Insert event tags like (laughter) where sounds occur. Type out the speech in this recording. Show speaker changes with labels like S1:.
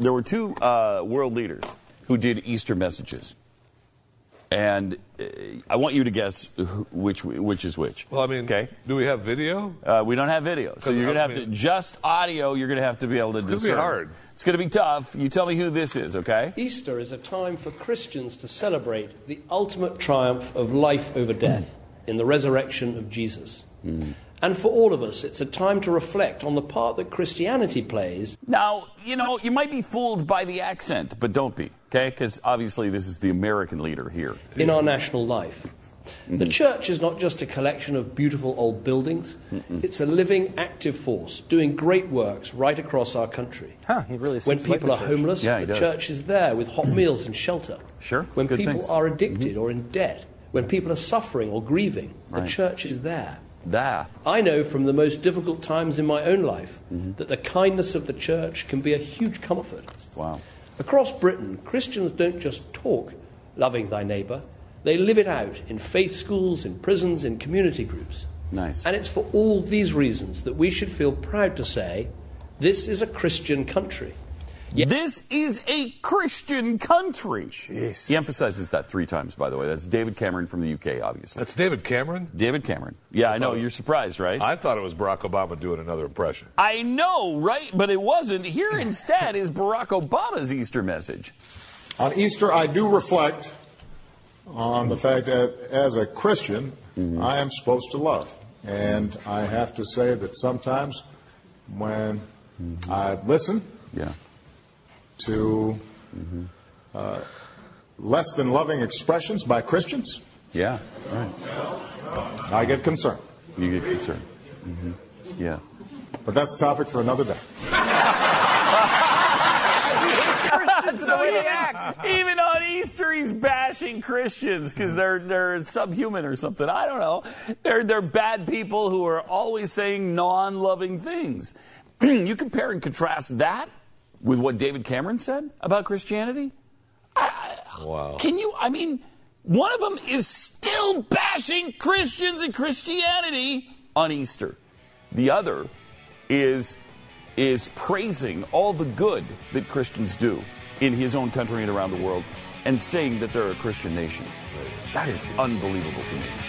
S1: there were two uh, world leaders who did Easter messages. And uh, I want you to guess who- which which is which.
S2: Well, I mean,
S1: okay,
S2: do we have video?
S1: uh, we don't have video, so
S2: 'Cause
S1: you're gonna
S2: I
S1: have to
S2: mean-
S1: just audio. You're gonna have to be able to it's
S2: gonna be
S1: discern.
S2: hard.
S1: It's gonna be tough. You tell me who this is, okay?
S3: Easter is a time for Christians to celebrate the ultimate triumph of life over death in the resurrection of Jesus. And for all of us, it's a time to reflect on the part that Christianity plays
S1: Now, you know, you might be fooled by the accent, but don't be, okay? Because obviously this is the American leader here.
S3: in our national life. The church is not just a collection of beautiful old buildings, it's a living, active force doing great works right across our country.
S4: Huh, he really
S3: when
S4: seems like
S3: people
S4: the
S3: are
S4: church.
S3: homeless,
S1: Yeah, he
S3: the
S1: does.
S3: church is there with hot meals and shelter.
S1: Sure,
S3: When
S1: good
S3: people
S1: things. Mm-hmm.
S3: are addicted or in debt, when people are suffering or grieving, the
S1: Right.
S3: church is there.
S1: That.
S3: I know from the most difficult times in my own life
S1: Mm-hmm.
S3: that the kindness of the church can be a huge comfort.
S1: Wow.
S3: Across Britain, Christians don't just talk loving thy neighbour, they live it out in faith schools, in prisons, in community groups.
S1: Nice.
S3: And it's for all these reasons that we should feel proud to say this is a Christian country.
S1: This is a Christian country. He emphasizes that three times, by the way. That's David Cameron from the UK, obviously.
S2: That's David Cameron.
S1: David Cameron. Yeah, I know. You're surprised, right?
S2: I thought it was Barack Obama doing another impression.
S1: I know, right? But it wasn't. Here instead is Barack Obama's Easter message.
S5: On Easter, I do reflect on the fact that as a Christian, I am supposed to love. And I have to say that sometimes when I listen
S1: Yeah.
S5: to uh, less than loving expressions by Christians,
S1: Yeah. Right.
S5: I get concerned.
S1: You get concerned. hmm Yeah.
S5: But that's a topic for another day.
S1: so even, even on Easter, he's bashing Christians because they're they're subhuman or something. I don't know. They're they're bad people who are always saying non-loving things. (clears throat) you compare and contrast that with what David Cameron said about Christianity.
S2: Wow.
S1: Can you? I mean, one of them is still bashing Christians and Christianity on Easter. The other is is praising all the good that Christians do in his own country and around the world, and saying that they're a Christian nation. That is unbelievable to me.